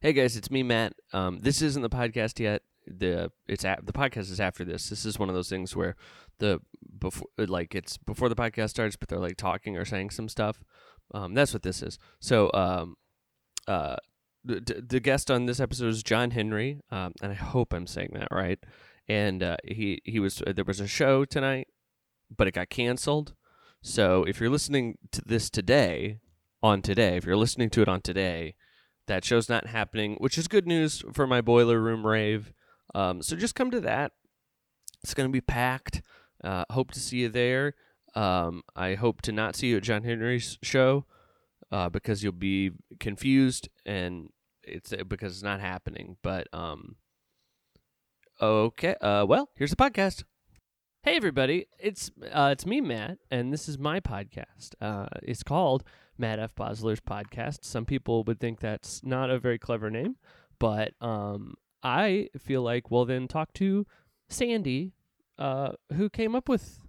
Hey guys, it's me, Matt. Um, this isn't the podcast yet. The it's at, the podcast is after this. This is one of those things where the before like it's before the podcast starts, but they're like talking or saying some stuff. Um, that's what this is. So um, uh, the, the- the guest on this episode is John Henry, um, and I hope I'm saying that right. And uh, he he was there was a show tonight, but it got canceled. So if you're listening to this today, on today, if you're listening to it on today, that show's not happening, which is good news for my boiler room rave. Um, so just come to that. It's going to be packed. Uh, hope to see you there. Um, I hope to not see you at John Henry's show uh, because you'll be confused and it's uh, because it's not happening. But um, okay, uh, well, here's the podcast. Hey everybody, it's uh, it's me Matt, and this is my podcast. Uh, it's called Matt F. Bosler's podcast. Some people would think that's not a very clever name, but um, I feel like well then talk to Sandy, uh, who came up with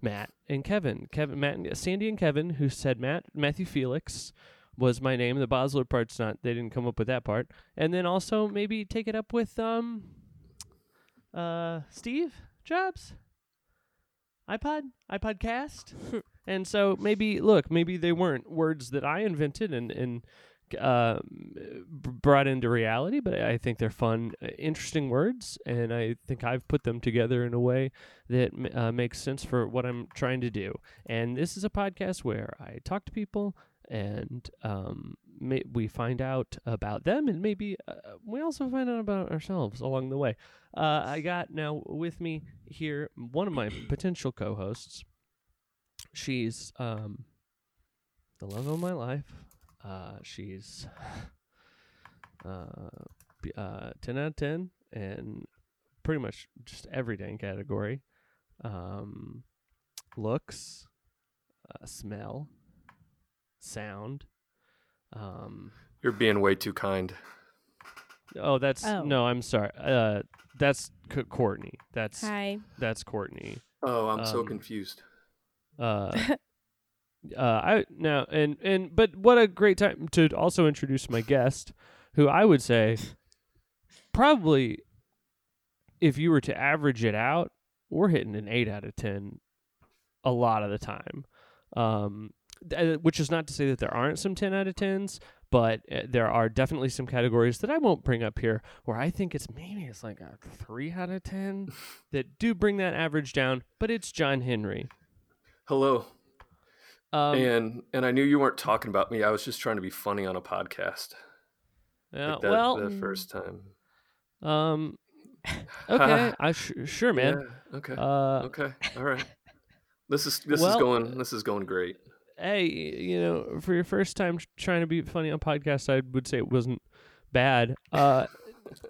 Matt and Kevin, Kevin, Matt, and, Sandy and Kevin, who said Matt Matthew Felix was my name. The Bosler part's not; they didn't come up with that part. And then also maybe take it up with um, uh, Steve Jobs, iPod, iPodcast. And so maybe look, maybe they weren't words that I invented and and uh, b- brought into reality, but I think they're fun, uh, interesting words, and I think I've put them together in a way that m- uh, makes sense for what I'm trying to do. And this is a podcast where I talk to people. And um, may- we find out about them, and maybe uh, we also find out about ourselves along the way. Uh, I got now with me here one of my potential co-hosts, she's um the love of my life. Uh she's uh, b- uh 10 out of 10 and pretty much just every dang category. Um looks, uh, smell, sound. Um You're being way too kind. oh that's Oh. no, I'm sorry. Uh that's C- Courtney. That's Hi. that's Courtney. Oh, I'm so Um, confused. uh, uh, I now and and but what a great time to also introduce my guest, who I would say probably if you were to average it out, we're hitting an eight out of ten a lot of the time, um, th- uh, which is not to say that there aren't some ten out of tens. But uh, there are definitely some categories that I won't bring up here where I think it's maybe it's like a three out of ten that do bring that average down. But it's John Henry. Hello, Um, and and I knew you weren't talking about me. I was just trying to be funny on a podcast. Uh, like that, well, mm, the first time. um, okay, I sh- sure, man. Yeah, okay. Uh, okay. All right. This is this well, uh, is going this is going great. hey, you know, for your first time tr- trying to be funny on podcast, I would say it wasn't bad. Uh,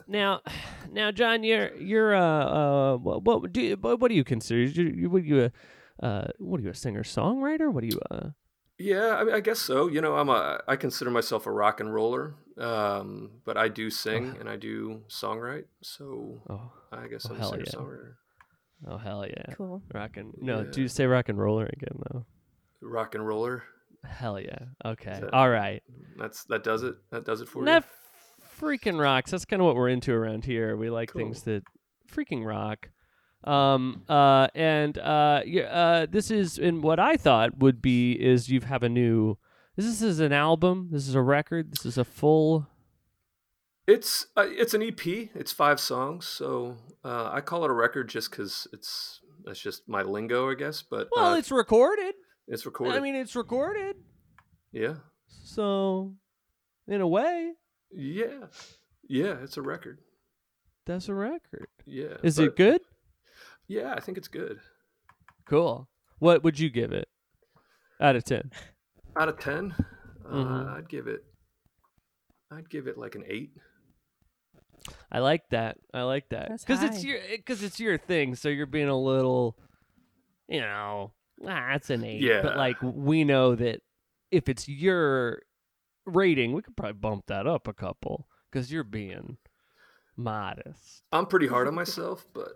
now, now, John, you're you're uh, uh what, what do you, what, what do you consider? You, you, what are you a uh, what are you a singer songwriter? What are you uh? Yeah, I, mean, I guess so. You know, I'm a I consider myself a rock and roller, um, but I do sing and I do songwrite. So Uh-huh. Oh, I guess Well, I'm a hell singer yeah. songwriter. oh hell yeah, Cool. rock and no, Yeah. do say rock and roller again though. Rock and roller. Hell yeah. Okay. that- All right. That's that does it. That does it for That freaking rocks. That's kind of what we're into around here. We like Cool. things that freaking rock. Um uh and uh yeah, uh this is and what I thought would be is you have a new this is an album. This is a record. This is a full. you. It's uh, it's an EP. It's five songs, so uh, I call it a record just because it's that's just my lingo, I guess. But Well, uh, it's recorded. it's recorded. I mean, it's recorded. yeah, So, in a way, yeah, yeah. It's a record. that's a record. Yeah. Is but- it good? Yeah, I think it's good. Cool. What would you give it? Out of ten. Out of 10 Mhm. uh, I'd give it. I'd give it like an eight. I like that. I like that That's because it's high. your because it's your thing. So you're being a little, you know, ah, that's an eight. Yeah. But like we know that if it's your rating, we could probably bump that up a couple because you're being modest. I'm pretty hard on myself, but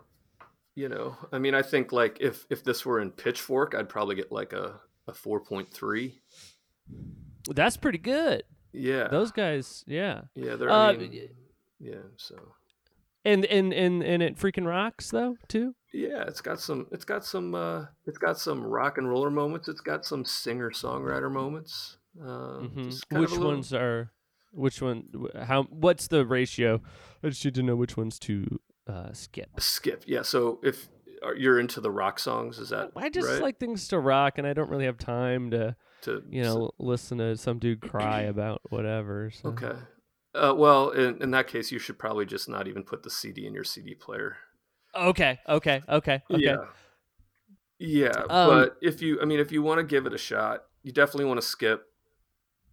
you know, I mean, I think like if if this were in Pitchfork, I'd probably get like a a four point three. That's pretty good. Yeah. Those guys, yeah. yeah, they're uh, I mean, yeah, so And and and and it freaking rocks though too. yeah, it's got some it's got some uh it's got some rock and roller moments, it's got some singer-songwriter moments. Uh, Mhm. just kind of Which a little- ones are? Which one? wh- How? What's the ratio? I just need to know which ones to uh, skip. skip. Yeah, so if are, you're into the rock songs, is that I just right? like things to rock, and I don't really have time to, to you know, listen to some dude cry about whatever. So. Okay. Uh, well, in, in that case, you should probably just not even put the CD in your CD player. Okay. Okay. Okay. Okay. Yeah. Yeah, Um, but if you, I mean, if you want to give it a shot, you definitely want to skip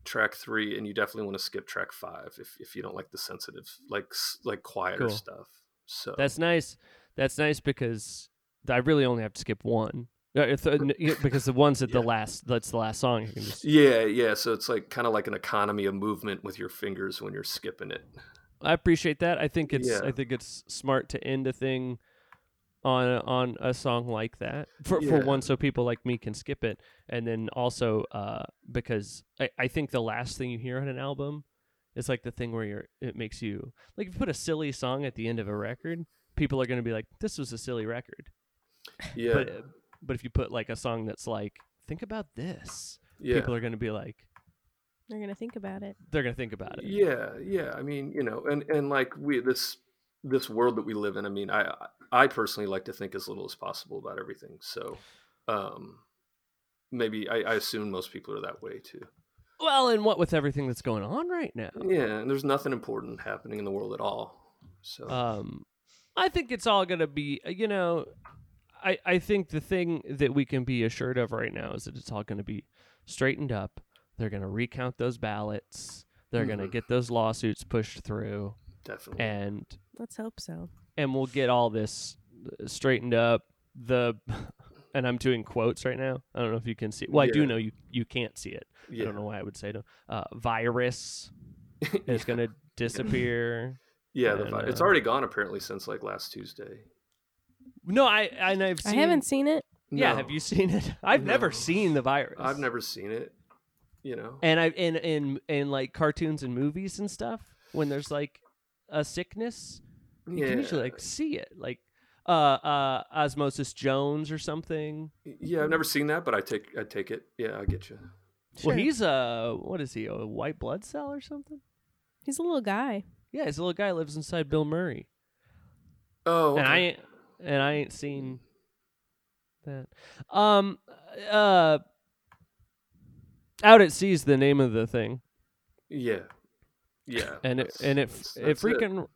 track three, and you definitely want to skip track five if, if you don't like the sensitive, like s- like quieter Cool. stuff. So That's nice. That's nice because I really only have to skip one. Uh, if- uh, n- yeah, because the one's at the Yeah. last. That's the last song. I can just. yeah, yeah. So it's like kind of like an economy of movement with your fingers when you're skipping it. I appreciate that. I think it's. Yeah. I think it's smart to end a thing on a- on a song like that for for Yeah. one, so people like me can skip it, and then also uh, because I, I think the last thing you hear on an album is like the thing where you're. It makes you like if you put a silly song at the end of a record, people are going to be like, "This was a silly record." Yeah, But but if you put like a song that's like, "Think about this," yeah. people are going to be like, They're gonna think about it. they're going to think about it. Yeah, yeah. I mean, you know, and and like we this this world that we live in. I mean, I I personally like to think as little as possible about everything. So, um, maybe I, I assume most people are that way too. Well, and what with everything that's going on right now. Yeah, and there's nothing important happening in the world at all. So um i think it's all going to be you know i i think the thing that we can be assured of right now is that it's all going to be straightened up they're going to recount those ballots they're going to Mhm. get those lawsuits pushed through definitely, and Let's hope so. and we'll get all this uh, straightened up the and i'm doing quotes right now i don't know if you can see well i do Yeah. know you you can't see it i yeah, don't know why i would say no uh virus is going to disappear yeah. The, I vi- it's know. already gone apparently since like last Tuesday. no i and i've seen I haven't seen it. Yeah, No, have you seen it? I've No. never seen the virus. I've never seen it. You know. And I've in in in like cartoons and movies and stuff when there's like a sickness, you yeah. can usually like see it, like uh uh Osmosis Jones or something. yeah, I've never seen that, but I take I take it. Yeah, I get you. Sure. Well, he's a what is he? A white blood cell or something? He's a little guy. Yeah, he's a little guy lives inside Bill Murray, Oh, and I okay. ain't and I ain't seen that. Um, uh, out at sea is the name of the thing. Yeah. Yeah. and it that's- and it that's- it that's it. freaking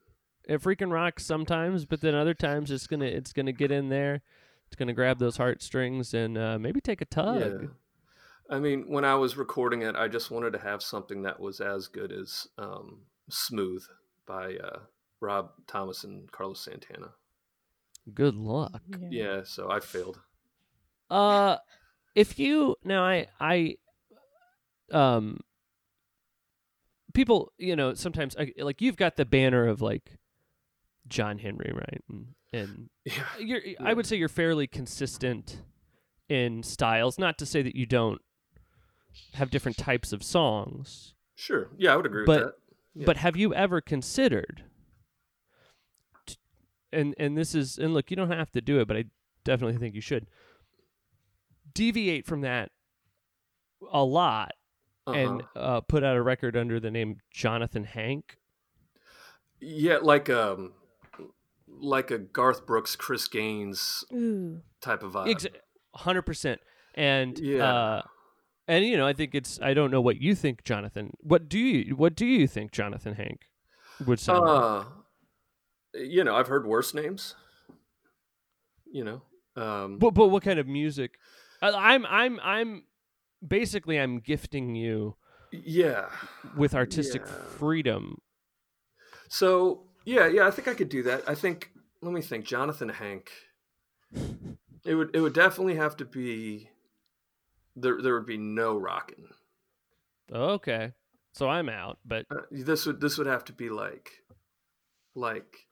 it. freaking rocks sometimes, but then other times it's gonna it's gonna get in there, it's gonna grab those heartstrings and uh, maybe take a tug. Yeah. I mean, when I was recording it, I just wanted to have something that was as good as um, Smooth by uh, Rob Thomas and Carlos Santana. Good luck. Yeah, so I failed. Uh, if you now I I um people you know sometimes I, like you've got the banner of like John Henry right and, and Yeah. you're I would say you're fairly consistent in styles. Not to say that you don't have different types of songs, Sure. Yeah, I would agree But- with Yeah. but have you ever considered? t- And and this is and look, you don't have to do it, but I definitely think you should deviate from that a lot that. and Uh-huh. uh, put out a record under the name Jonathan Hank. yeah, like um like a Garth Brooks, Chris Gaines Ooh. type of vibe. Uh, hundred percent. And Yeah. uh, and you know, I think it's I don't know what you think, Jonathan. What do you what do you think Jonathan Hank would sound like? Uh, you know, I've heard worse names. You know. Um But but what kind of music? I, I'm I'm I'm basically I'm gifting you yeah. with artistic Yeah. freedom. So yeah, yeah, I think I could do that. I think let me think, Jonathan Hank. It would it would definitely have to be there there would be no rocking. Okay, so I'm out. But Uh, this would this would have to be like like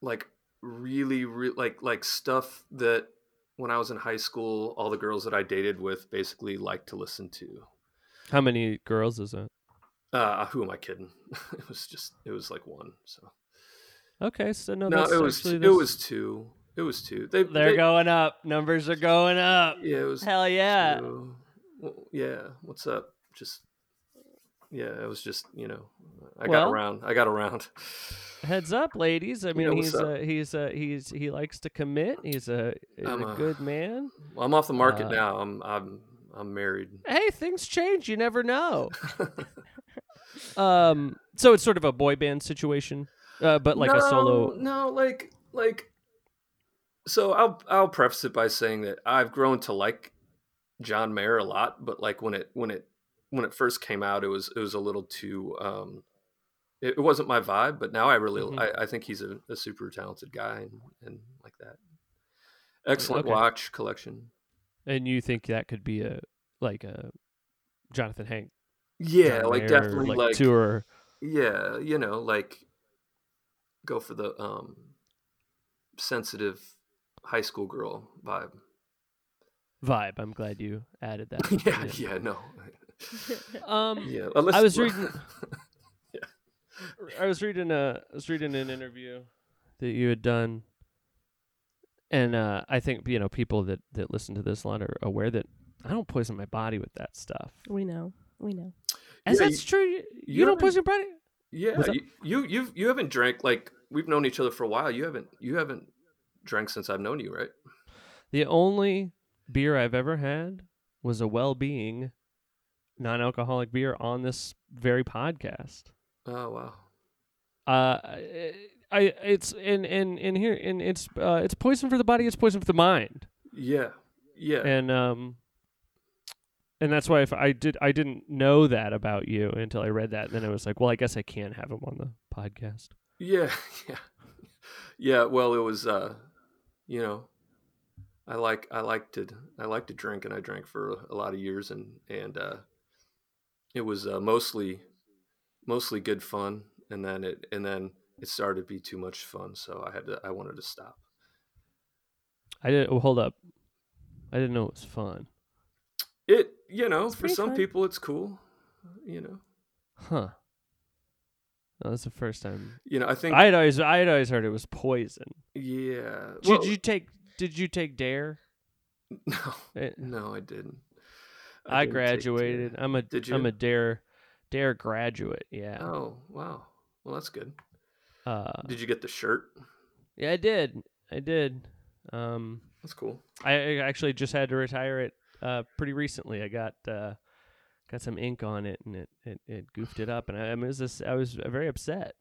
like really re- like like stuff that when I was in high school all the girls that I dated with basically liked to listen to. How many girls is that? Uh, who am I kidding? it was just it was like one. So Okay, so no, no, that's it was actually it this- was two. It was two. They They're they- going up. Numbers are going up. Yeah, it was Hell yeah. So, well, yeah. What's up? Just yeah. It was just you know. I Well- got around. I got around. Heads up, ladies. I mean, know, what's he's uh, he's uh, he's he likes to commit. He's a, a I'm a- good man. Well, I'm off the market Uh, now. I'm I'm I'm married. Hey, things change. You never know. Um, so it's sort of a boy band situation, uh, but like no, a solo. No, like like. So I'll I'll preface it by saying that I've grown to like John Mayer a lot, but like when it when it when it first came out, it was it was a little too. um it it wasn't my vibe, but now I really Mhm. I, I think he's a, a super talented guy and, and like that. Excellent Okay. watch collection. And you think that could be a like a Jonathan Hank? Yeah, John like Mayer, definitely like, tour. yeah, you know, like go for the um sensitive high school girl vibe. vibe. I'm glad you added that. yeah, yeah, no. Um, Yeah, unless was reading- I was reading a I was reading an interview that you had done, and uh, I think you know people that that listen to this a lot are aware that I don't poison my body with that stuff. We know. We know. As Yeah, that's true. You, you don't haven't- poison your body. Yeah, What's up? you, you you've you haven't drank like we've known each other for a while. You haven't you haven't drank since I've known you, right? The only beer I've ever had was a well-being non-alcoholic beer on this very podcast. Oh wow. uh i it's in in in here in it's uh it's poison for the body it's poison for the mind Yeah. Yeah. and um and that's why if i did i didn't know that about you until i read that and then i was like well i guess i can have him on the podcast Yeah, yeah, yeah. Well, it was, uh, you know, I like I like to I like to drink, and I drank for a lot of years, and and uh, it was uh, mostly mostly good fun, and then it and then it started to be too much fun, so I had to I wanted to stop. i did oh, hold up i didn't know it was fun It, you know, It's for pretty some fun. people it's cool, you know, huh no, that's the first time you know. I think i had always i had always heard it was poison yeah. did well, you take did you take dare No, Eh, no, I didn't. i, didn't take to- graduated i'm a Did i'm you? a dare dare graduate yeah Oh wow. Well, that's good. Oh. Uh, Did you get the shirt? yeah, I did. I did. Um, That's cool. I I actually just had to retire it uh, pretty recently. I got uh, got some ink on it, and it, it, it goofed it up, and I, I was this, I was very upset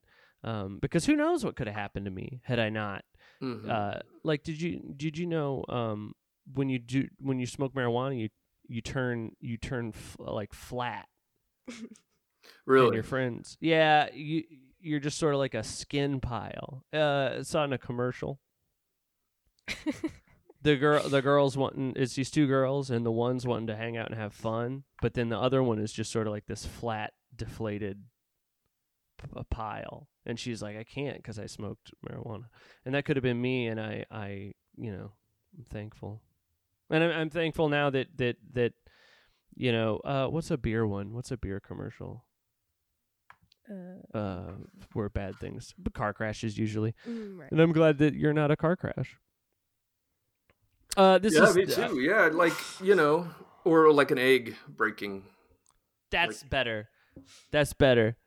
um, because who knows what could have happened to me had I not. Mhm. Uh, like, did you did you know um, when you do when you smoke marijuana, you you turn you turn f- like flat and really? your friends. Yeah, you you're just sort of like a skin pile. Uh, I saw in a commercial. the girl, the girls wanting it's these two girls, and the one's wanting to hang out and have fun, but then the other one is just sort of like this flat, deflated p- a pile, and she's like, I can't because I smoked marijuana, and that could have been me, and I I you know I'm thankful, and I'm, I'm thankful now that that that. You know, uh, what's a beer one? What's a beer commercial? Uh, uh, were bad things, but car crashes usually. mm, right. And I'm glad that you're not a car crash. Uh, this yeah, is me uh, too. yeah, like you know, or like an egg breaking. that's better. That's better.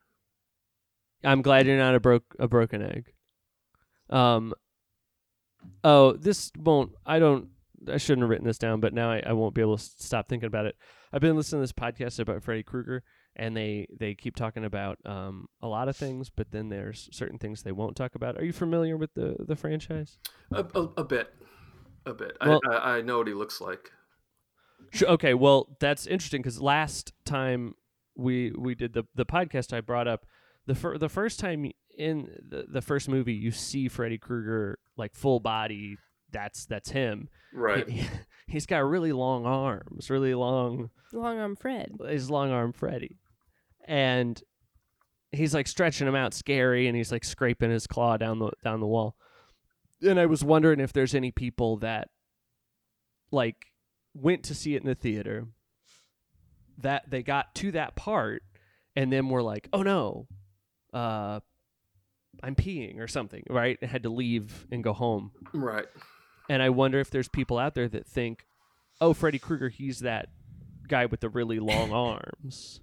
I'm glad you're not a broke a broken egg. Um. Oh, this won't. I don't. I shouldn't have written this down, but now I, I won't be able to s- stop thinking about it. I've been listening to this podcast about Freddy Krueger, and they they keep talking about um a lot of things, but then there's certain things they won't talk about. Are you familiar with the the franchise? A, a, a bit, a bit. Well- I, I I know what he looks like. Sure, okay, well, that's interesting because last time we we did the the podcast, I brought up the fir- the first time in the, the first movie you see Freddy Krueger like full body. That's that's him. Right. He, has got really long arms, really long. Long arm Fred. His long arm Freddy, and he's like stretching him out, scary, and he's like scraping his claw down the down the wall. And I was wondering if there's any people that like went to see it in the theater that they got to that part and then were like, "Oh no, uh, I'm peeing or something," right? And had to leave and go home. Right. And I wonder if there's people out there that think, "Oh, Freddy Krueger, he's that guy with the really long arms."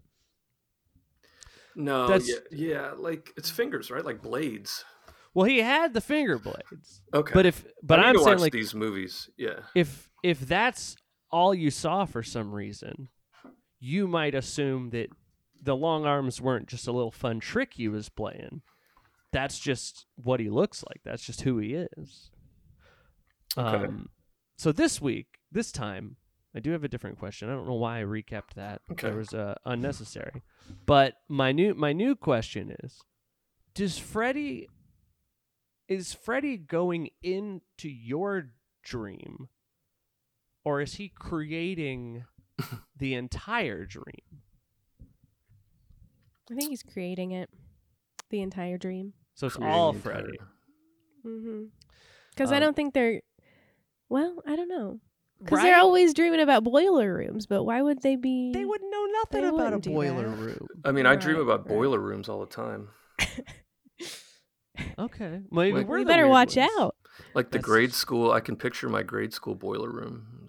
No. That's- Yeah, yeah. Like it's fingers, right? Like blades. Well, he had the finger blades, Okay. but if but I need I'm to saying watch like these movies. Yeah. if if that's all you saw for some reason, you might assume that the long arms weren't just a little fun trick he was playing. That's just what he looks like. That's just who he is. Okay. Um, so this week, this time, I do have a different question. I don't know why I recapped that. Okay. It was uh, unnecessary. But my new my new question is: Does Freddy is Freddy going into your dream, or is he creating the entire dream? I think he's creating it, the entire dream. So it's Creating all the entire- Freddy. Mm-hmm. Because I Um, don't think they're. Well, I don't know. Because Right? they're always dreaming about boiler rooms, but why would they be? they wouldn't know nothing They about a wouldn't do boiler that. room. I mean, I dream Right, about right. boiler rooms all the time. Okay, maybe Like- we're We the better weird watch ones. out. Like the That's- grade school, I can picture my grade school boiler room.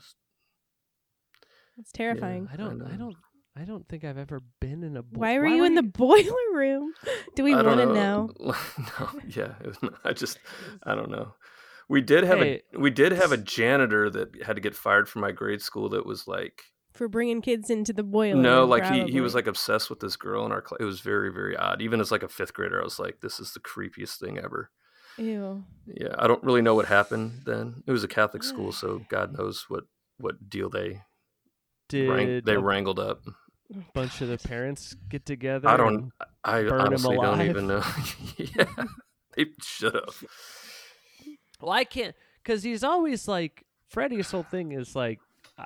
It's terrifying. I don't. know. I don't. I don't think I've ever been in a. bo- Why were you in the boiler room? Do we I want don't to know? no, yeah, it was not- I just, I don't know. We did have Hey. a we did have a janitor that had to get fired from my grade school. That was like For bringing kids into the boiler no, room, like he, he was probably. like obsessed with this girl in our class. It was very very odd. Even as like a fifth grader, I was like, this is the creepiest thing ever. Ew. Yeah, I don't really know what happened then. It was a Catholic school, so God knows what what deal they Did wrang- they a wrangled up. bunch of the parents get together? I don't. and- I burn 'em honestly don't alive. even know. yeah, they should have. Well, I can't because he's always like Freddy's whole thing is like uh,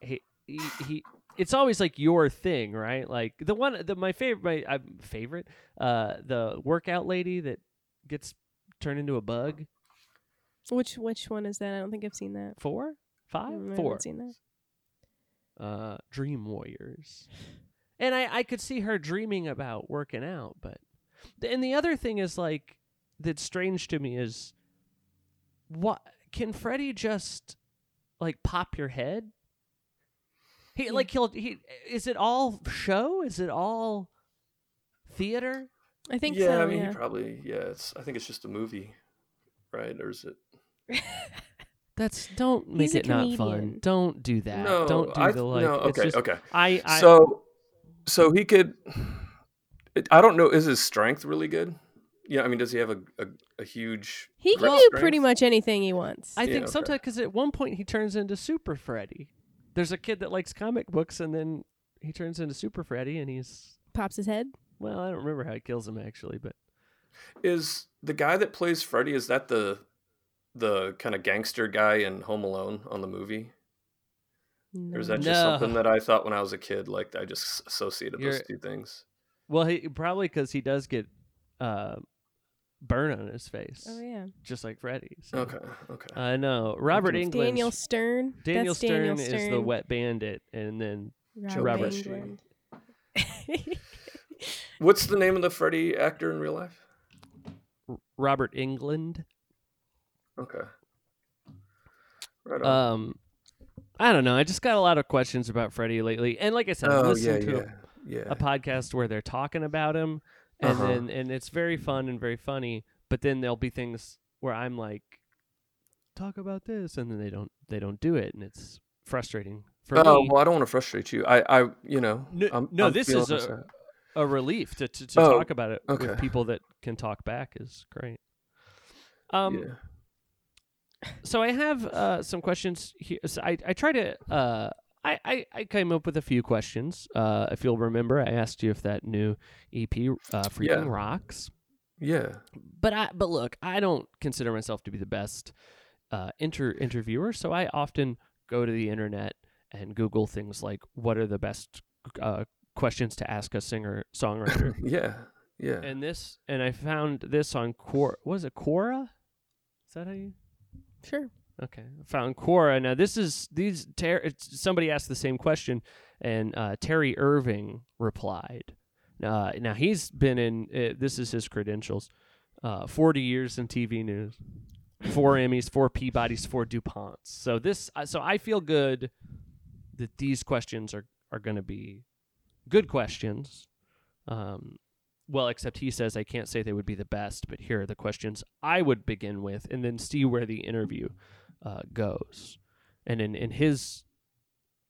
he, he he. It's always like your thing, right? Like the one the my favorite my uh, favorite uh the workout lady that gets turned into a bug Which which one is that? I don't think I've seen that. four Mm, I five haven't four seen that. uh dream warriors and i i could see her dreaming about working out but and the other thing is like that's strange to me is what can freddy just like pop your head he Yeah. like he'll he is it all show is it all theater I think yeah, so. I mean, yeah. you probably. Yeah, it's. I think it's just a movie, right? Or is it? that's don't make He's a it not fun comedian. don't do that no, don't do I, the like No, it's okay, just- okay. i i so, so he could. It, I don't know. Is his strength really good? Yeah, I mean, does he have a a, a huge? he can grip do strength? pretty much anything he wants. I Yeah, think okay. sometimes because at one point he turns into Super Freddy. There's a kid that likes comic books, and then he turns into Super Freddy, and he's Pops his head. well, I don't remember how he kills him actually, but Is the guy that plays Freddy? Is that the the kind of gangster guy in Home Alone on the movie? Or is that No. Oh, just No. something that I thought when I was a kid? Like I just associated those You're- two things. well, he probably because he does get uh, burn on his face, Oh yeah. just like Freddy. so. Okay, okay. I know Robert It's England. Daniel Stern. Daniel That's Daniel Stern Stern is the wet bandit, and then Robert, Robert. England. What's the name of the Freddy actor in real life? R- Robert England. Okay. Right on. Um, I don't know. I just got a lot of questions about Freddy lately, and like I said, I oh yeah, listened to yeah, a yeah. a podcast where they're talking about him and Uh-huh. then and it's very fun and very funny but then there'll be things where i'm like talk about this and then they don't they don't do it and it's frustrating for oh me well, I don't want to frustrate you. I, I, you know, No- I'm, no, I'm this is feeling a- sorry. a relief to, to, to Oh, talk about it with okay. people that can talk back is great um yeah. so I have uh, some questions here. So I, I try to uh, I, I I came up with a few questions. Uh, if you'll remember, I asked you if that new EP uh, freaking Yeah. rocks. yeah, but I but look, I don't consider myself to be the best uh, inter interviewer, so I often go to the internet and Google things like what are the best uh, questions to ask a singer songwriter. yeah, yeah. and this and I found this on Quora. Was it Quora? Is that how you? sure. Okay, found Quora. Now this is these. Ter- it's- somebody asked the same question, and uh, Terry Irving replied. Uh, now he's been in. Uh, this is his credentials: uh, forty years in TV news, four Emmys, four Peabodys, four Duponts. So this. Uh, so I feel good that these questions are are going to be good questions. Um, well, except he says I can't say they would be the best, but here are the questions I would begin with, and then see where the interview uh, goes. And in, in his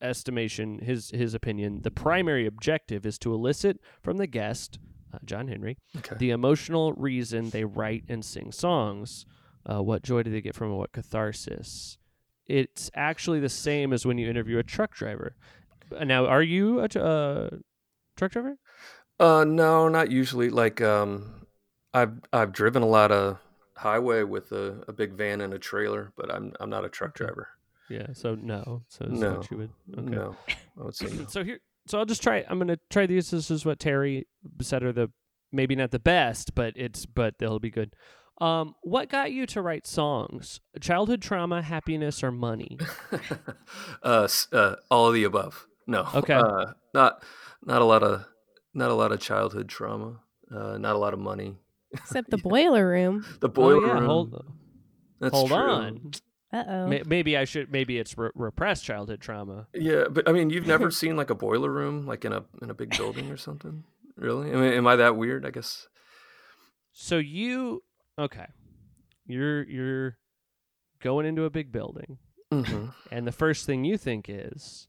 estimation, his his opinion, the primary objective is to elicit from the guest, uh, John Henry, Okay. the emotional reason they write and sing songs. Uh, what joy do they get from it? What catharsis? It's actually the same as when you interview a truck driver. Uh, Now, are you a tr- uh, truck driver? Uh, no, not usually. Like, um, I've I've driven a lot of highway with a, a big van and a trailer, but I'm I'm not a truck Okay. Mm-hmm. driver. Yeah. So no. So it's No. what you would. Okay. No, I would say no. so here so i'll just try i'm gonna try these this is what terry said are the maybe not the best but it's but they'll be good um what got you to write songs childhood trauma happiness or money uh, s- uh, all of the above. No. Okay. Uh, not not a lot of not a lot of childhood trauma. Uh, not a lot of money. Except the boiler room. The boiler oh, yeah, room. hold, that's hold true. on Uh oh. May- maybe i should maybe it's re- repressed childhood trauma Yeah, but I mean, you've never seen like a boiler room, like in a in a big building or something, really? I mean, am I that weird? I guess. so you okay you're you're going into a big building hmm and the first thing you think is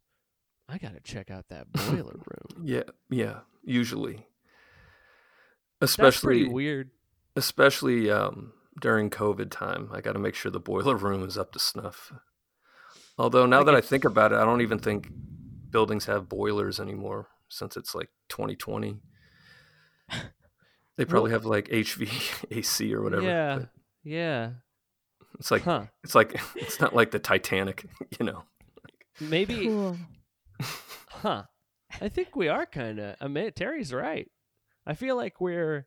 i gotta check out that boiler room Yeah, yeah. Usually, that's especially pretty weird especially um, during COVID time, I got to make sure the boiler room is up to snuff. Although now I that I guess- think about it, I don't even think buildings have boilers anymore since it's like 2020. They probably have like HVAC or whatever. yeah but yeah It's like huh it's like it's not like the Titanic, you know. Maybe, Cool. huh? I think we are kind of. I mean, Terry's right. I feel like we're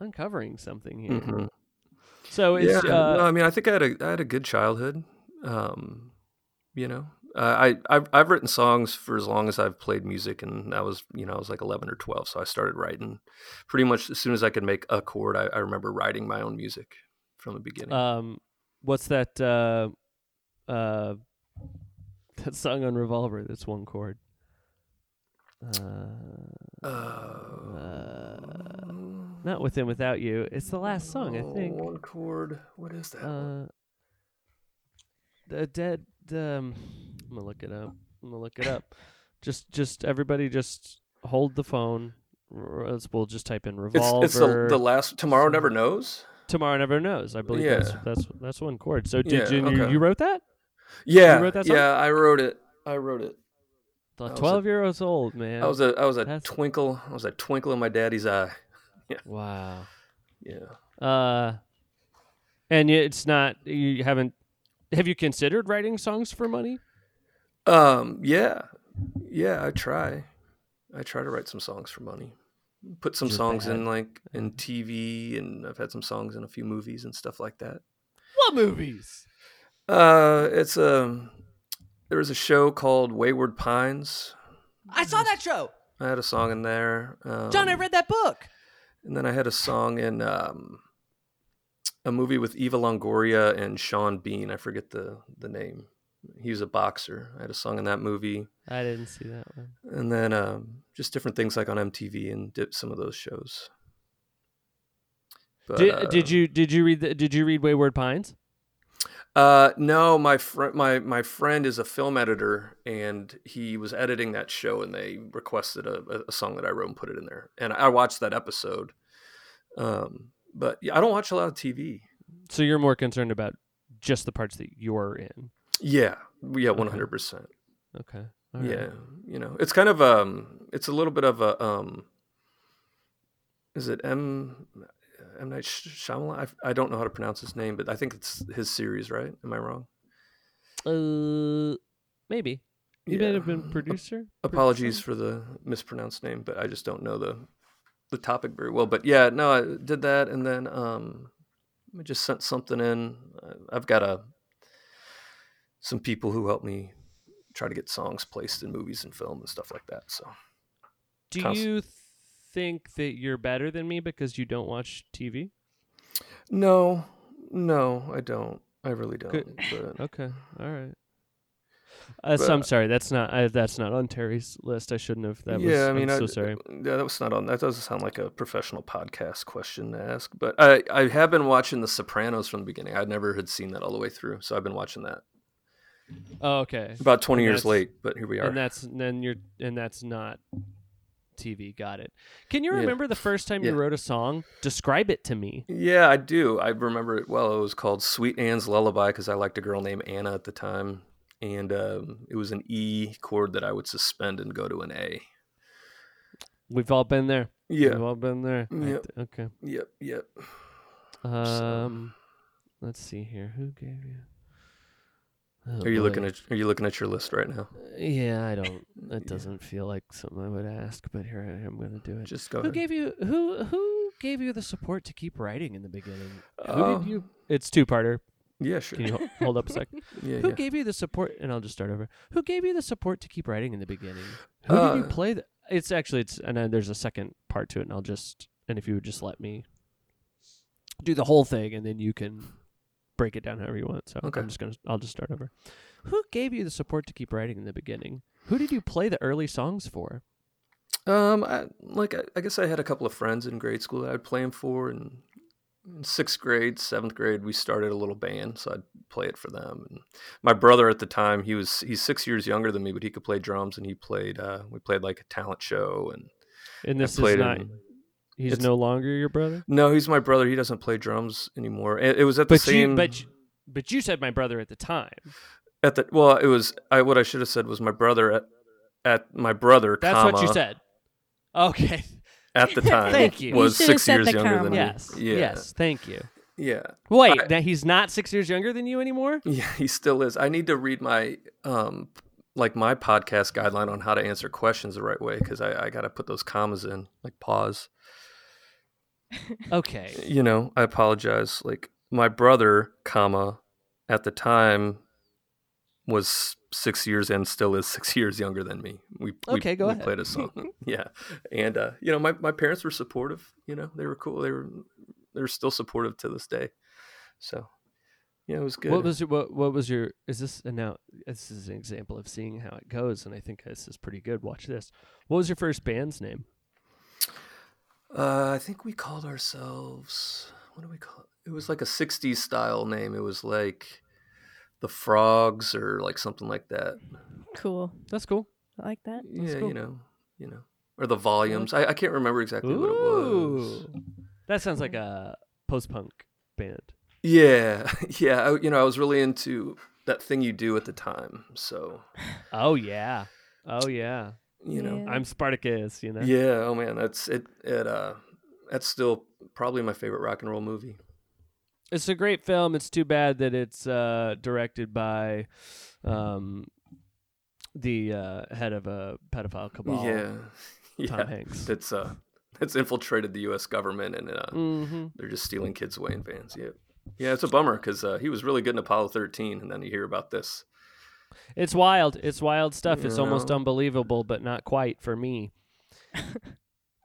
uncovering something here. Mhm. So yeah, it's no, uh, I mean, I think I had a I had a good childhood. Um, you know, uh, I I I've, I've written songs for as long as I've played music, and I was you know I was like eleven or twelve, so I started writing pretty much as soon as I could make a chord. I, I remember writing my own music from the beginning. um, what's that uh, uh, that song on Revolver? That's one chord. Uh, Uh, not within, without you. It's the last song, I oh, think. One chord. What is that? one? Uh, the Uh, dead. Um, I'm gonna look it up. I'm gonna look it up. just, just everybody, just hold the phone. R- let's- We'll just type in it's revolver. it's the, the last. Tomorrow never knows. Tomorrow never knows. I believe that's Yeah. that's that's one chord. So did Yeah, you, you okay. you wrote that? Yeah, wrote that song? yeah, I wrote it. I wrote it. The I was a- twelve years old man. I was a I was a That's- twinkle. I was a twinkle in my daddy's eye. wow. Yeah. Uh, and yet it's not. You haven't. Have you considered writing songs for money? Um, yeah, yeah, I try. I try to write some songs for money. Put some Just songs in bad. like in TV, and I've had some songs in a few movies and stuff like that. What movies? Uh, it's um, there was a show called Wayward Pines. I saw that show. I had a song in there. Um, John, I read that book. and then I had a song in um, a movie with Eva Longoria and Sean Bean. I forget the the name. He was a boxer. I had a song in that movie. I didn't see that one. and then um, just different things like on MTV and dip some of those shows. But, did, uh, did you did you read the, did you read Wayward Pines? Uh, no, my friend, my my friend is a film editor, and he was editing that show, and they requested a, a- a song that I wrote and put it in there, and I watched that episode. Um, but yeah, I don't watch a lot of TV. So you're more concerned about just the parts that you're in. Yeah, Okay. yeah, one hundred percent. Okay. yeah you know it's kind of um it's a little bit of a um is it m m night Sh- Shyamalan? I, I don't know how to pronounce his name but i think it's his series right am i wrong Uh, maybe you Yeah. might have been producer. apologies for the mispronounced name but i just don't know the the topic very well but yeah no i did that and then um i just sent something in I- i've got a some people who help me try to get songs placed in movies and film and stuff like that. So Do Const- you think that you're better than me because you don't watch TV? no, no, I don't. I really don't. Good. But Okay, all right. Uh, so I'm But- sorry. That's not I, that's not on Terry's list. I shouldn't have. That was, yeah, I am mean, I- uh, so sorry. Yeah, that was not on. That doesn't sound like a professional podcast question to ask. But I, I have been watching The Sopranos from the beginning. I never had seen that all the way through, so I've been watching that Oh, okay. about twenty And that's- years late. But here we are. And that's and then you're and that's not TV. Got it. Can you Yeah. remember the first time Yeah. you wrote a song? Describe it to me. Yeah, I do. I remember it well. It was called Sweet Anne's Lullaby because I liked a girl named Anna at the time. And um, it was an E chord that I would suspend and go to an A. We've all been there. Yeah. We've all been there. I Yep. th- okay. Yep. Yep. Um, let's see here. Who gave you? Oh, Are you looking boy. at Are you looking at your list right now? Yeah, I don't. Yeah. That doesn't feel like something I would ask, but here I am. Gonna do it. Just go. who ahead. gave you who who gave you the support to keep writing in the beginning? Who Uh, did you? It's two parter. Yeah, sure. Can you ho- hold up a sec? yeah, Who yeah. gave you the support? And I'll just start over. Who gave you the support to keep writing in the beginning? Who did you Uh, play? The, it's actually it's and then there's a second part to it, and I'll just and if you would just let me do the whole thing, and then you can break it down however you want. So Okay. I'm just gonna I'll just start over. Who gave you the support to keep writing in the beginning? Who did you play the early songs for? Um, I, like I, I guess I had a couple of friends in grade school that I'd play 'em for, and in sixth grade, seventh grade, we started a little band, so I'd play it for them. And my brother at the time, he was he's six years younger than me, but he could play drums, and he played. Uh, we played like a talent show, and And I this is played not. in- He's it's- no longer your brother. No, he's my brother. He doesn't play drums anymore. It, it was at the But same. you but you, but you said my brother at the time. at the well, it was I. What I should have said was my brother at, at my brother. That's what you comma, said. Okay. at the time. Thank you. You Was should have six said years the younger than comma. me. Yes. Yeah. Yes. Thank you. Yeah. Wait, I- now he's not six years younger than you anymore? Yeah, he still is. I need to read my um like my podcast guideline on how to answer questions the right way because I, I gotta put those commas in, like pause. Okay. You know, I apologize. Like my brother, comma, at the time was six years and still is six years younger than me. We we- Okay, go we ahead. played a song. yeah. And uh, you know, my, my parents were supportive, you know, they were cool. They were they're still supportive to this day. So yeah, it was good. What was your, what what was your is this and now this is an example of seeing how it goes and I think this is pretty good. Watch this. What was your first band's name? Uh, I think we called ourselves. What do we call it? It was like a '60s style name. It was like the Frogs or like something like that. Cool. That's cool. I like that. That's yeah, cool. you know, you know, or the Volumes. I, I can't remember exactly what it was. Ooh. That sounds like a post punk band. Yeah, yeah. I, you know, I was really into that thing you do at the time. So Oh yeah. Oh yeah. you know, Yeah. I'm Spartacus, you know. yeah. Oh man, that's it. It uh, that's still probably my favorite rock and roll movie. It's a great film. It's too bad that it's uh, directed by um, the uh, head of a pedophile cabal, Yeah, Tom yeah. Hanks. That's uh, that's infiltrated the U.S. government and uh, Mm-hmm. They're just stealing kids away in vans. Yeah, yeah, it's a bummer because uh, he was really good in Apollo 13, and then you hear about this. It's wild. It's wild stuff. It's You almost know? unbelievable, but not quite for me.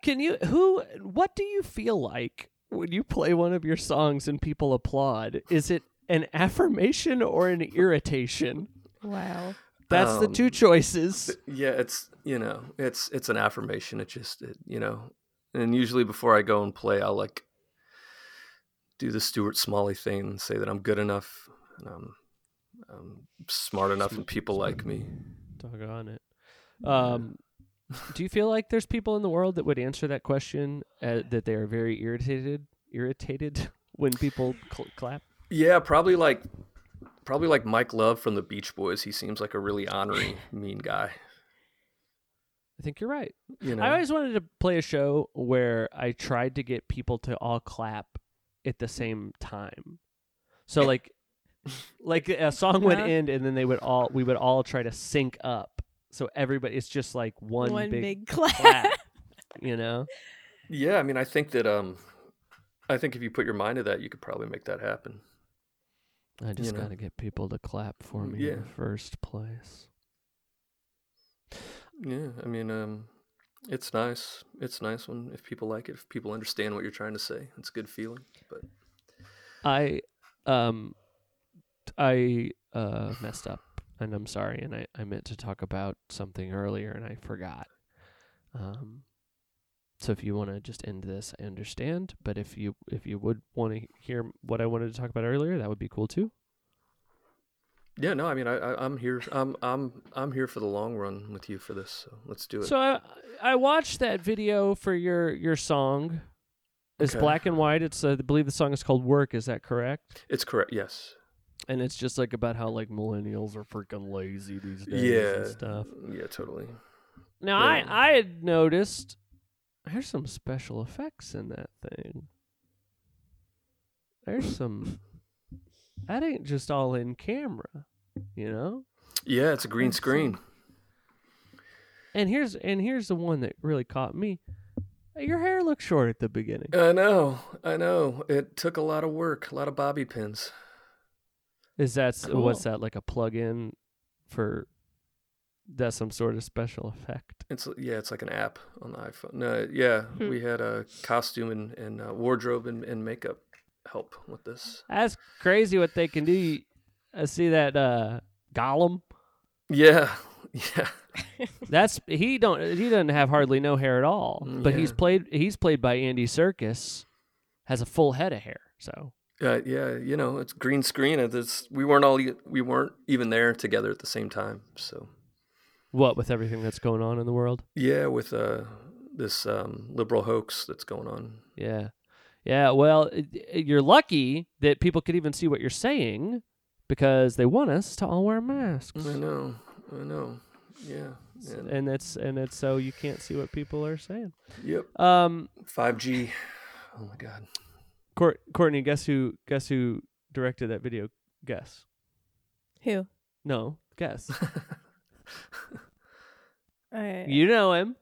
Can you who what do you feel like when you play one of your songs and people applaud? Is it an affirmation or an irritation? Wow. That's the Um, two choices. Yeah, it's you know, it's it's an affirmation. It just it, you know, and usually before I go and play, I'll like do the Stuart Smalley thing and say that I'm good enough and I'm, I'm smart enough, and people like me. Doggone it. Um, do you feel like there's people in the world that would answer that question uh, that they are very irritated irritated when people cl- clap? Yeah, probably like probably like Mike Love from the Beach Boys. He seems like a really honorary, mean guy. I think you're right. You know, I always wanted to play a show where I tried to get people to all clap at the same time. So like like a song would Uh-huh. end and then they would all we would all try to sync up. So everybody it's just like one, One big, big, clap. clap, you know? Yeah, I mean, I think that um, I think if you put your mind to that, you could probably make that happen. I just know. gotta get people to clap for me in the first place. Yeah, I mean, um, it's nice. It's nice when if people like it, if people understand what you're trying to say, it's a good feeling. But I um I uh messed up and I'm sorry and I, I meant to talk about something earlier and I forgot. Um so if you want to just end this, I understand, but if you if you would want to hear what I wanted to talk about earlier, that would be cool too. yeah, no, I mean, I, I I'm here. I'm I'm I'm here for the long run with you for this. So let's do it. So I I watched that video for your your song. It's Okay. black and white. It's uh, I believe the song is called Work, is that correct? it's correct. Yes. And it's just like about how like millennials are freaking lazy these days Yeah. and stuff. Yeah. Totally. Now Yeah. I I had noticed there's some special effects in that thing. There's some that ain't just all in camera, you know? Yeah, it's a green That's it. screen. And here's and here's the one that really caught me. Your hair looks short at the beginning. I know. I know. It took a lot of work, a lot of bobby pins. Is that s what's Cool. that like a plug-in for that's some sort of special effect? It's yeah, it's like an app on the iPhone. No, yeah, Hmm. we had a costume and, and uh, wardrobe and, and makeup help with this. That's crazy what they can do. I see that uh Gollum. Yeah, yeah, That's he don't he doesn't have hardly no hair at all. Mm, But he's yeah. played he's played by Andy Circus, has a full head of hair. So uh, yeah. You know, it's green screen. and It's we weren't all e- we weren't even there together at the same time. So what with everything that's going on in the world? yeah, with uh, this um, liberal hoax that's going on. Yeah, yeah. Well, i- i- you're lucky that people could even see what you're saying because they want us to all wear masks, I know, I know. Mm-hmm. Yeah, and, and that's and it's so you can't see what people are saying. yep. Um, Five G. Oh my God. Court, Courtney, guess who? Guess who directed that video? Guess. Who? No, guess. I, you know him.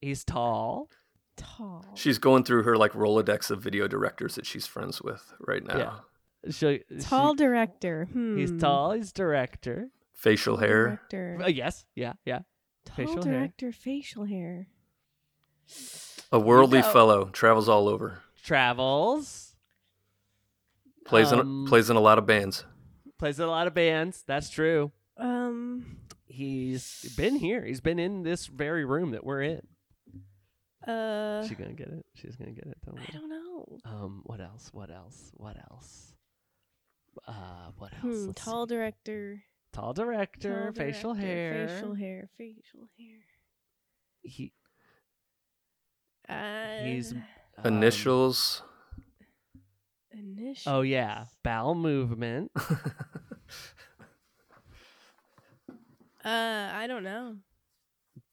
He's tall. tall. She's going through her like Rolodex of video directors that she's friends with right now. Yeah. She, she- tall director. Hmm. He's tall. He's director. Facial Tall hair. Director. Uh, yes. Yeah. Yeah. tall facial hair. director. Facial hair. A worldly No. fellow travels all over. Travels. Plays Um, in plays in a lot of bands. Plays in a lot of bands. That's true. Um. He's been here. He's been in this very room that we're in. Uh. She's gonna get it. She's gonna get it. Don't I worry. don't know. Um. What else? What else? What else? Uh. What else? Hmm, Let's see. tall director. Tall director. tall facial director, hair. Facial hair. Facial hair. He. Uh, He's. um, Initials. initial. Oh yeah. Bowel movement. Uh, I don't know.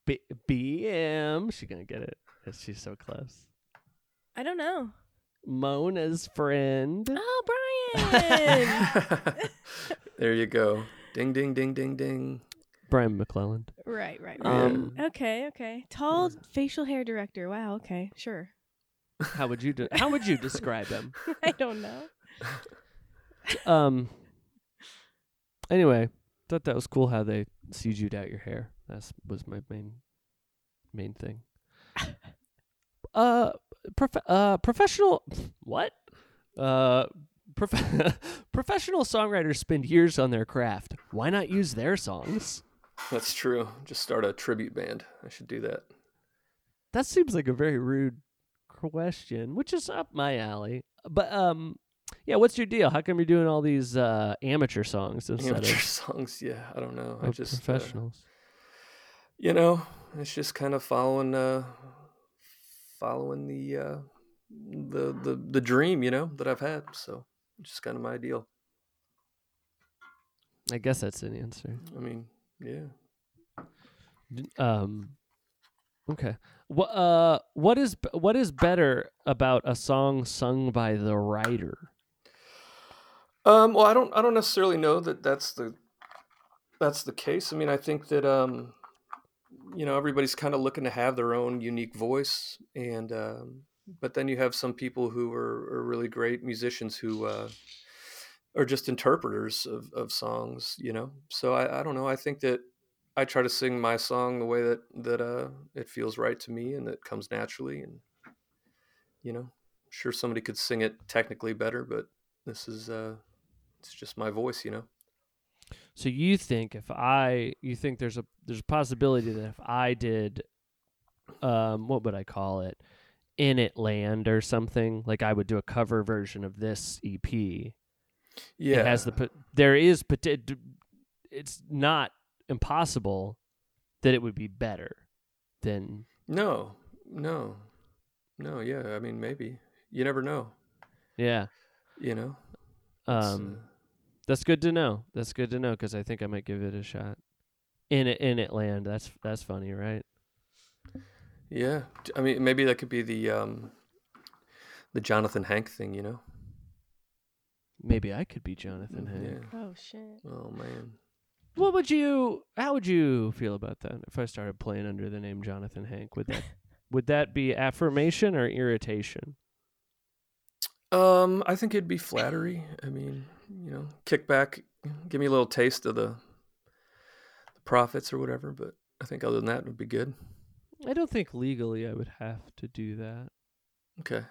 B- BM. She's gonna get it. She's so close. I don't know. Mona's friend. Oh, Brian. there you go. Ding ding ding ding ding. Brian McClelland. right, right, right. Um, okay, okay. Tall facial hair director. Wow. Okay, sure. how would you de- how would you describe him? I don't know. Um. Anyway, thought that was cool how they CG'd out your hair. That was my main main thing. Uh, prof- uh, professional what? Uh. Prof- professional songwriters spend years on their craft. Why not use their songs? That's true. Just start a tribute band. I should do that. That seems like a very rude question, which is up my alley. But um, yeah, what's your deal? How come you're doing all these uh, amateur songs instead Amateur of, songs. Yeah, I don't know. I of just uh, professionals? you know, it's just kind of following uh following the uh the the the dream, you know, that I've had. So it's just kind of my ideal. I guess that's an answer. I mean, yeah. D- Um, okay. What uh, what is b- what is better about a song sung by the writer? Um, well, I don't, I don't necessarily know that that's the, that's the case. I mean, I think that, um, you know, everybody's kind of looking to have their own unique voice, and um, but then you have some people who are, are really great musicians who, uh, or just interpreters of, of songs, you know. So I, I don't know. I think that I try to sing my song the way that that uh, it feels right to me and that comes naturally. And you know, I'm sure somebody could sing it technically better, but this is uh, it's just my voice, you know. So you think if I you think there's a there's a possibility that if I did um what would I call it? In it land or something, like I would do a cover version of this EP. Yeah, It has the pot- there is pot- it's not impossible that it would be better than no, no, no. Yeah, I mean, maybe you never know, yeah. you know. It's, uh, Um that's good to know. That's good to know cuz I think I might give it a shot. In it in it land. That's that's funny, right? uh, yeah, I mean, maybe that could be the um, the Jonathan Hank thing, you know. Mm, Maybe I could be Jonathan Hank. Yeah. Oh shit. Oh man. What would you? How would you feel about that if I started playing under the name Jonathan Hank? Would that would that be affirmation or irritation? Um, I think it'd be flattery. I mean, you know, kick back, give me a little taste of the, the profits or whatever. But I think other than that, it would be good. I don't think legally I would have to do that. Okay.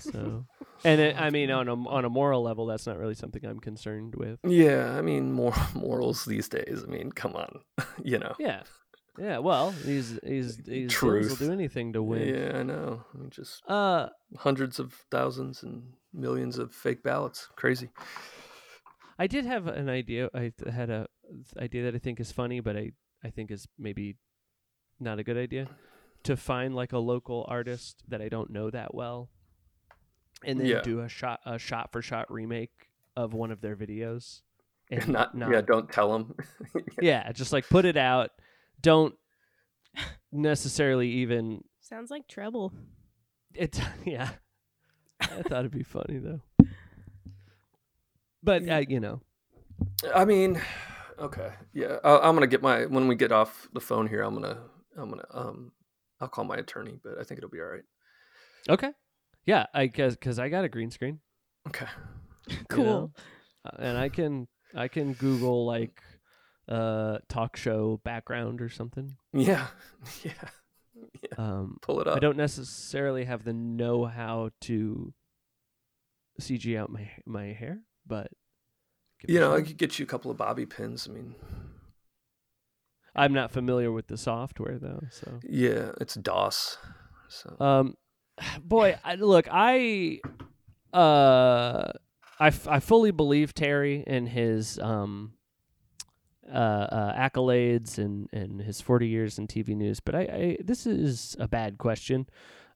So, and it, I mean, on a on a moral level, that's not really something I'm concerned with. Yeah, I mean, more morals these days. I mean, come on, you know. Yeah, yeah. Well, these these these dudes Truth. will do anything to win. Yeah, I know. I mean, just Uh, hundreds of thousands and millions of fake ballots. Crazy. I did have an idea. I th- had a th- idea that I think is funny, but I I think is maybe not a good idea to find like a local artist that I don't know that well, and then Yeah. do a shot a shot for shot remake of one of their videos, and Not, yeah. Don't tell them. yeah, just like put it out. Don't necessarily even Sounds like trouble. it. Yeah, I thought it'd be funny though. But uh, you know, I mean, okay, yeah. I, I'm gonna get my when we get off the phone here. I'm gonna, I'm gonna, um, I'll call my attorney, but I think it'll be all right. okay, yeah, I guess because I got a green screen. Okay. you Cool. know? Uh, and i can i can google like uh talk show background or something Yeah, yeah. Oh. um Pull it up. i don't necessarily have the know-how to cg out my my hair but give it you a know, I shot. could get you a couple of bobby pins. I mean, i'm not familiar with the software though so yeah, it's DOS. So Um, boy, I, look, I, uh, I, f- I fully believe Terry and his um, uh, uh, accolades and and his forty years in TV news, but I, I this is a bad question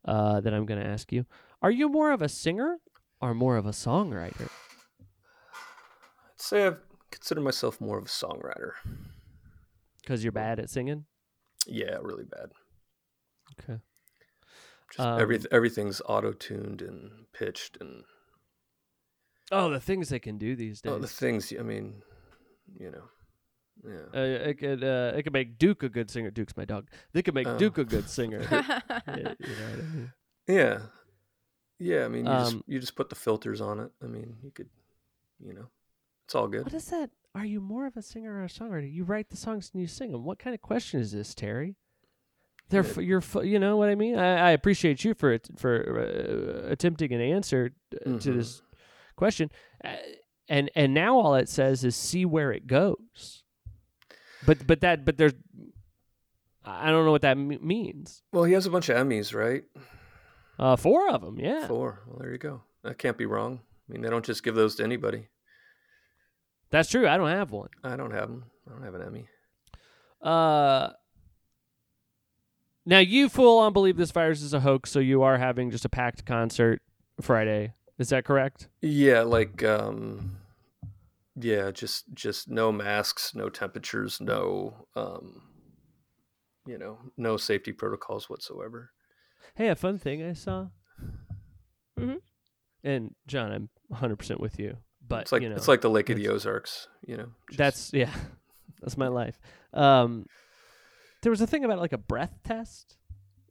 uh, that I'm going to ask you. Are you more of a singer or more of a songwriter? I'd say I consider myself more of a songwriter. Because you're bad at singing. Yeah, really bad. Okay. Just every, Um, everything's auto tuned and pitched and Oh, the things they can do these days. oh, the things. I mean, you know, yeah. uh, it could uh, it could make Duke a good singer. Duke's my dog. They could make Oh. Duke a good singer. Yeah, you know That's what I mean? Yeah. Yeah, I mean, you, just, Um, you just put the filters on it. I mean, you could, you know, it's all good. What is that? Are you more of a singer or a songwriter? You write the songs and you sing them. What kind of question is this, Terry? They're Yeah. f- you're f- you know what I mean. I, I appreciate you for att- for uh, attempting an answer uh, to Mhm. this question, uh, and and now all it says is see where it goes. But but that but there's I I don't know what that m- means. Well, he has a bunch of Emmys, right? Uh, four of them, yeah. Four. Well, there you go. That can't be wrong. I mean, they don't just give those to anybody. That's true. I don't have one. I don't have them. I don't have an Emmy. Uh, now you full on believe this virus is a hoax, so you are having just a packed concert Friday. Is that correct? Yeah, like, um, yeah, just just no masks, no temperatures, no, um, you know, no safety protocols whatsoever. Hey, a fun thing I saw. Mm-hmm. Mhm. And John, I'm 100 percent with you, but It's like you know, it's like the Lake of the Ozarks. You know, just- that's yeah, that's my life. Um, there was a thing about like a breath test.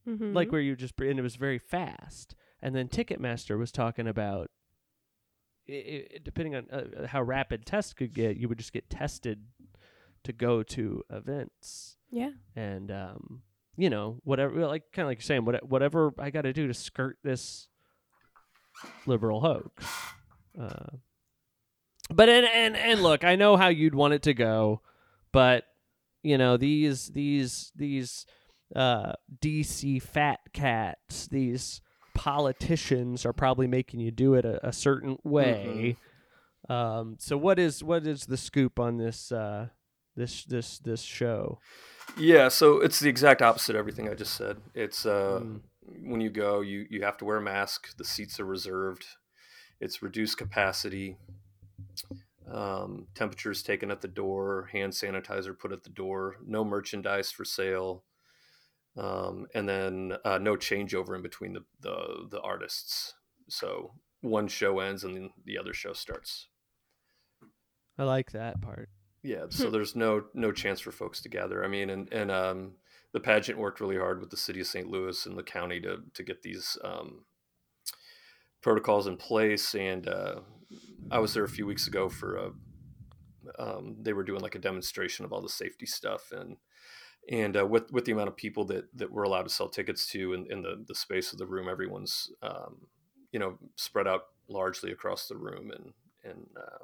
Mm-hmm. like where you just bre- and it was very fast. And then Ticketmaster was talking about i i depending on uh, how rapid tests could get, you would just get tested to go to events Yeah. and um, you know whatever, like kind of like you're saying, what, whatever I got to do to skirt this liberal hoax. Uh, but and and and look, I know how you'd want it to go, but you know these these these uh, DC fat cats, these politicians are probably making you do it a, a certain way. Um, so what is what is the scoop on this uh, this this this show? Yeah, so it's the exact opposite of everything I just said. It's uh, Mm. when you go, you you have to wear a mask. The seats are reserved. It's reduced capacity. Um, temperatures taken at the door. Hand sanitizer put at the door. No merchandise for sale. Um, and then uh, no changeover in between the, the the artists. So one show ends and then the other show starts. I like that part. Yeah, so there's no no chance for folks to gather. I mean, and and um, the pageant worked really hard with the city of St. Louis and the county to to get these um, protocols in place. And uh, I was there a few weeks ago for a, um, they were doing like a demonstration of all the safety stuff and and uh, with with the amount of people that that we're allowed to sell tickets to in, in the the space of the room, everyone's um, you know spread out largely across the room and and. Uh,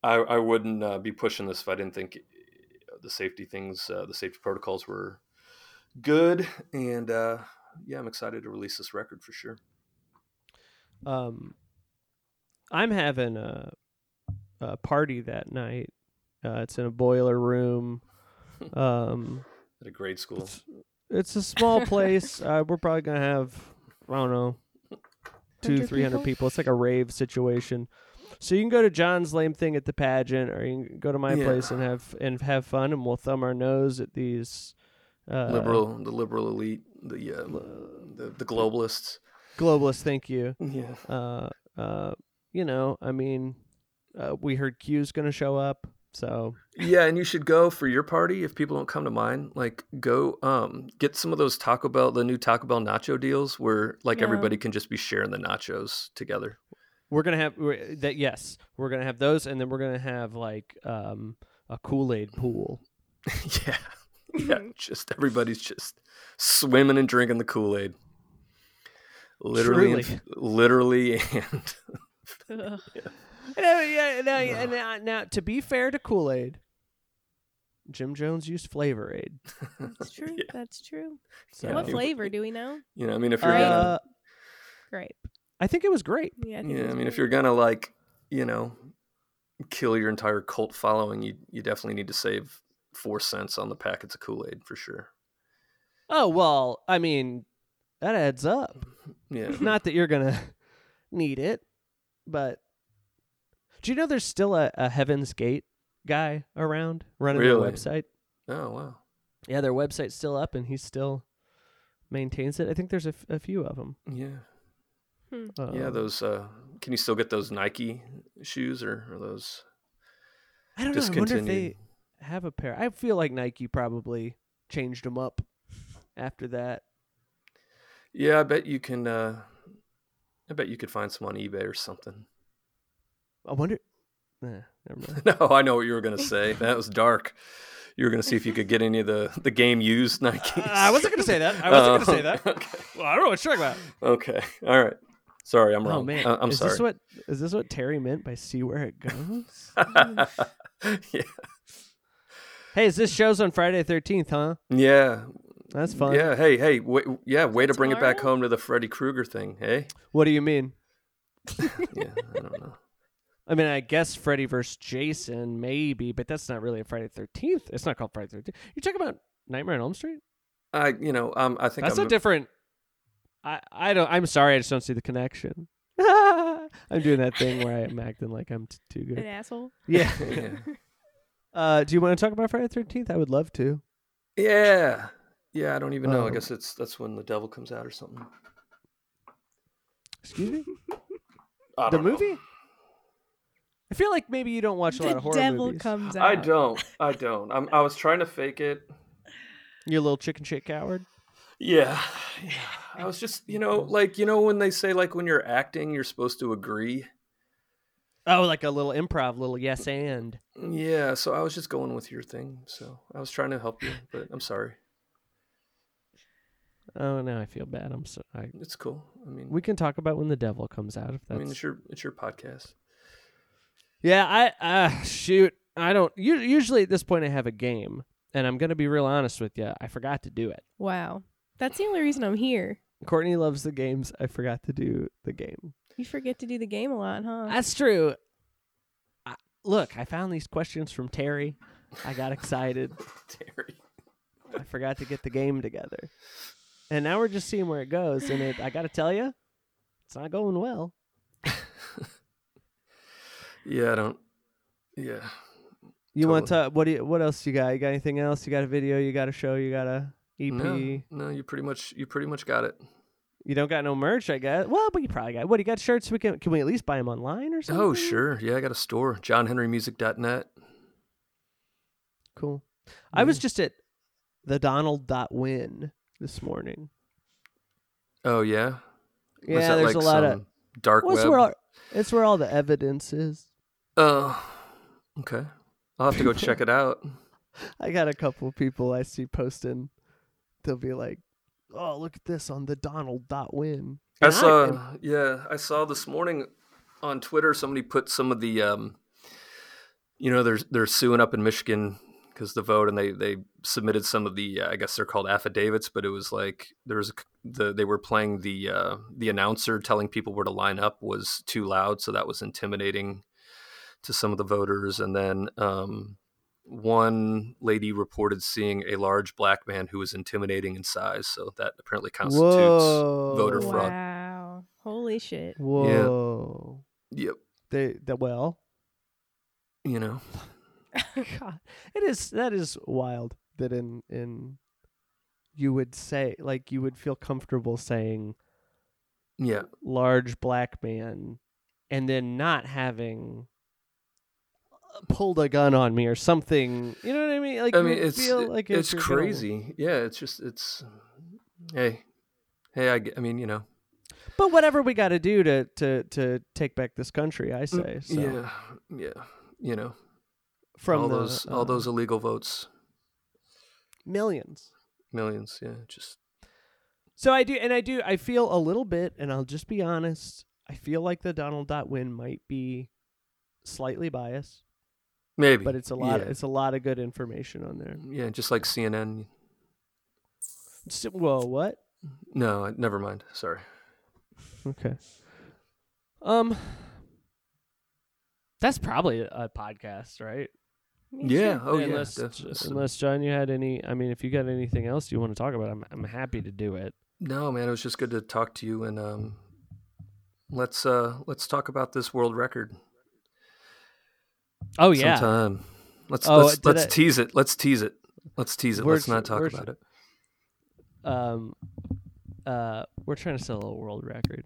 I, I wouldn't uh, be pushing this if I didn't think uh, the safety things, uh, the safety protocols were good. And uh, yeah, I'm excited to release this record for sure. Um, I'm having a, a party that night. Uh, it's in a boiler room. Um, At a grade school, it's, it's a small place. Uh, we're probably gonna have I don't know two 100 three hundred people? people. It's like a rave situation. So you can go to John's lame thing at the pageant, or you can go to my Yeah. place and have and have fun, and we'll thumb our nose at these uh, liberal, the liberal elite, the, uh, the the globalists. globalists. Thank you. Yeah, uh, uh, you know, I mean, uh, we heard Q's gonna show up, so yeah, and you should go for your party if people don't come to mine. Like, go um, get some of those Taco Bell, the new Taco Bell nacho deals, where like Yeah. everybody can just be sharing the nachos together. we're gonna have we that. Yes, we're gonna have those, and then we're gonna have like um, a Kool Aid pool. yeah, yeah, Mm-hmm. just everybody's just swimming and drinking the Kool Aid. Literally, and- Truly. literally, and Ugh. No, uh, yeah, no, yeah, now, uh, now, to be fair to Kool Aid, Jim Jones used Flavor Aid. That's true. Yeah. That's true. So What Yeah. flavor do we know? you know, I mean, if you're gonna, uh, Grape. I think it was great. Yeah. I think yeah, I that's mean, if mm-hmm. grape. you're gonna like, you know, kill your entire cult following, you you definitely need to save four cents on the packets of Kool Aid for sure. Oh well, I mean, that adds up. Yeah, Not that you're gonna need it, but do you know there's still a, a Heaven's Gate guy around running Really? their website? oh wow, Yeah, their website's still up, and he still maintains it. I think there's a, f- a few of them. yeah, Um, yeah. Those, uh, can you still get those Nike shoes or, or those? I don't know. I wonder if discontinued. they have a pair. I feel like Nike probably changed them up after that. Yeah, I bet you can. Uh, I bet you could find some on eBay or something. I wonder. Eh, never mind. No, I know what you were gonna say. That was dark. You were gonna see if you could get any of the the game used Nikes. gonna say that. Uh, I Okay. Well, I don't know what you're talking about. okay. All right. Sorry, I'm wrong. Oh man, I- I'm is sorry. this what is this what Terry meant by "see where it goes"? yeah. hey, is this show's on Friday thirteenth? Huh? Yeah. That's fun. Yeah. Hey. Hey. Wait, yeah. Way to bring it back Tomorrow? home to the Freddy Krueger thing. Hey. What do you mean? Yeah. I don't know. I mean, I guess Freddy versus Jason, maybe, but that's not really a Friday Thirteenth. It's not called Friday Thirteenth. You talking about Nightmare on Elm Street? I. You know. Um. I think. That's I'm, a different. I I don't. I'm sorry. I just don't see the connection. I'm doing that thing where I'm acting like I'm t- too an good. asshole. Yeah. Yeah. Uh, do you want to talk about Friday Thirteenth? I would love to. yeah. Yeah. I don't even know. I Um, guess it's that's when the devil comes out or something. Excuse me. I The don't know. movie. I feel like maybe you don't watch a lot The of horror devil movies. comes out. I don't. I don't. I'm, I was trying to fake it. You're a little chicken shit coward. Yeah. Yeah. I was just, you know, like, you know, when they say, like, when you're acting, you're supposed to agree. Oh, like a little improv, little yes and. Mm, Yeah, so I was just going with your thing. So I was trying to help you, but I'm sorry. Oh, now I feel bad. I'm so. I, It's cool. I mean, we can talk about when the devil comes out if I that's. mean, it's your it's your podcast. Yeah, I uh, shoot. I don't. u- Usually at this point, I have a game, and I'm gonna be real honest with you. I forgot to do it. Wow. That's the only reason I'm here. Courtney loves the games. I forgot to do the game. You forget to do the game a lot, huh? That's true. I, look, I found these questions from Terry. I got excited. Terry. I forgot to get the game together, and now we're just seeing where it goes. And it, I gotta tell you, it's not going well. Yeah, I don't. Yeah. You want to? What do you? What else you got? You got anything else? You got a video? You got a show? You got a E EP? No, no, you pretty much you pretty much got it. You don't got no merch, I guess. Well, but you probably got. What do you got? Shirts? We can. Can we at least buy them online or something? Oh sure, yeah, I got a store, JohnHenryMusic.net. Cool. I was just at the Donald dot win this morning. Oh yeah, Or is Yeah, that there's a like lot of. some dark Well, it's web. where all, it's where all the evidence is. Oh, okay. I'll have to go check it out. I got a couple people I see posting. They'll be like, "Oh, look at this on the Donald dot win." I And saw, yeah, I saw this morning on Twitter somebody put some of the, um, you know, they're they're suing up in Michigan because the vote, and they they submitted some of the, uh, I guess they're called affidavits, but it was like there was a c the they were playing the uh, the announcer telling people where to line up was too loud, so that was intimidating to some of the voters, and then. Um, one lady reported seeing a large black man who was intimidating in size, so that apparently constitutes Whoa. voter wow. fraud. Holy shit. Whoa. Yep. They that well. you know God, it is that is wild that in in you would say like you would feel comfortable saying yeah large black man and then not having pulled a gun on me or something you know what i mean like i you mean would it's uh, feel like it's you're gonna- crazy yeah it's just it's hey hey I, g- I mean you know but whatever we got to do to to to take back this country i say so Mm, yeah yeah you know from all the, those all uh, those illegal votes millions millions yeah just So I do, and I do. I feel a little bit, and I'll just be honest. I feel like the Donald Dot win might be slightly biased, maybe but it's a lot. yeah. It's a lot of good information on there. yeah just like cnn S- whoa, what? no I- never mind sorry Okay. Um, that's probably a podcast, right? yeah oh yeah unless, def- that's the- unless John, you had any. I mean, if you got anything else you want to talk about, I'm I'm happy to do it. no man it was just good to talk to you and um let's uh let's talk about this world record Oh yeah, sometime let's Oh, let's did let's I- tease it let's tease it let's tease it We're let's tr- not talk we're tr- about it um, uh, we're trying to sell a world record.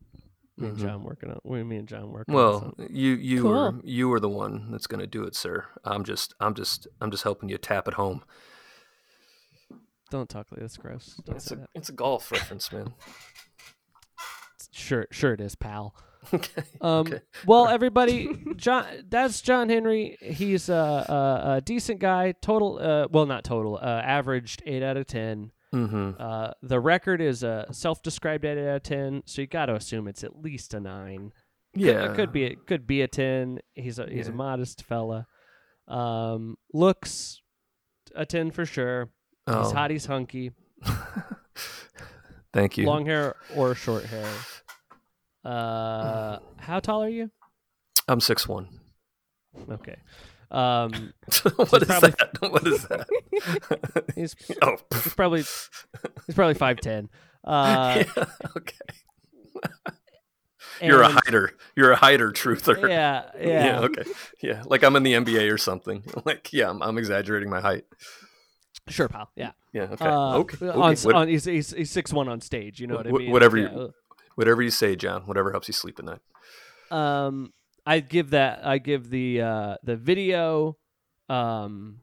Me and Mhm. John working on. We, me and John working. on Well, something. you you Cool. were you were the one that's going to do it, sir. I'm just I'm just I'm just helping you tap it home. Don't talk like that's gross. Don't It's say a that. it's a golf reference, man. Sure, sure it is, pal. okay. Um, Okay. Well, everybody, John. That's John Henry. He's a, a, a decent guy. Total, uh, well, not total. Uh, averaged eight out of ten. Mm-hmm. Uh, the record is a self-described eight out of ten, so you got to assume it's at least a nine. Yeah. it could be it could be a 10 he's a he's a Yeah. modest fella um looks a 10 for sure he's Oh. hot he's hunky Thank you. long hair or short hair uh how tall are you I'm six one. okay um what is probably- that? What is that? he's, oh. he's probably he's probably 510 uh yeah, okay. You're a and- hider. You're a hider, truther. yeah yeah, Okay. Yeah. Like I'm in the NBA or something. Like yeah, I'm, I'm exaggerating my height. sure pal yeah Yeah. Okay. uh, okay. okay. on, s- What- on he's, he's he's six one on stage you know what i Wh- mean whatever Yeah. you- whatever you say, John. Whatever helps you sleep at night. um i give that i give the uh the video um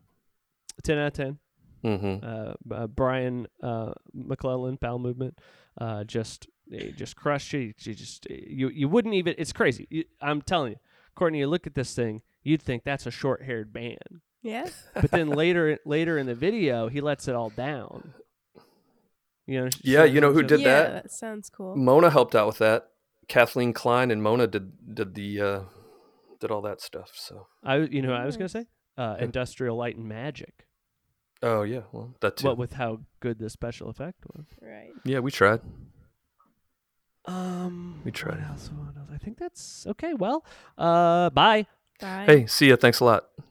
10 out of 10 Mm-hmm. uh, b- uh brian uh mcclellan bowel movement uh just they just crushed you you just you you wouldn't even it's crazy you, i'm telling you Courtney, you look at this thing, you'd think that's a short-haired man, Yeah. but then later later in the video, he lets it all down. You know. Yeah, shows you know who himself- did yeah, that? Mm. sounds cool. Mona helped out with that. Kathleen Klein and Mona did did the uh, did all that stuff. So I you know what I was Yeah. gonna say uh, Who? industrial light and magic. oh yeah, well that too. What with how good the special effect was. Right. yeah, we tried. Um, We tried What it. else, what else? I think that's okay. Well, uh, bye. Bye. Hey, see ya. Thanks a lot.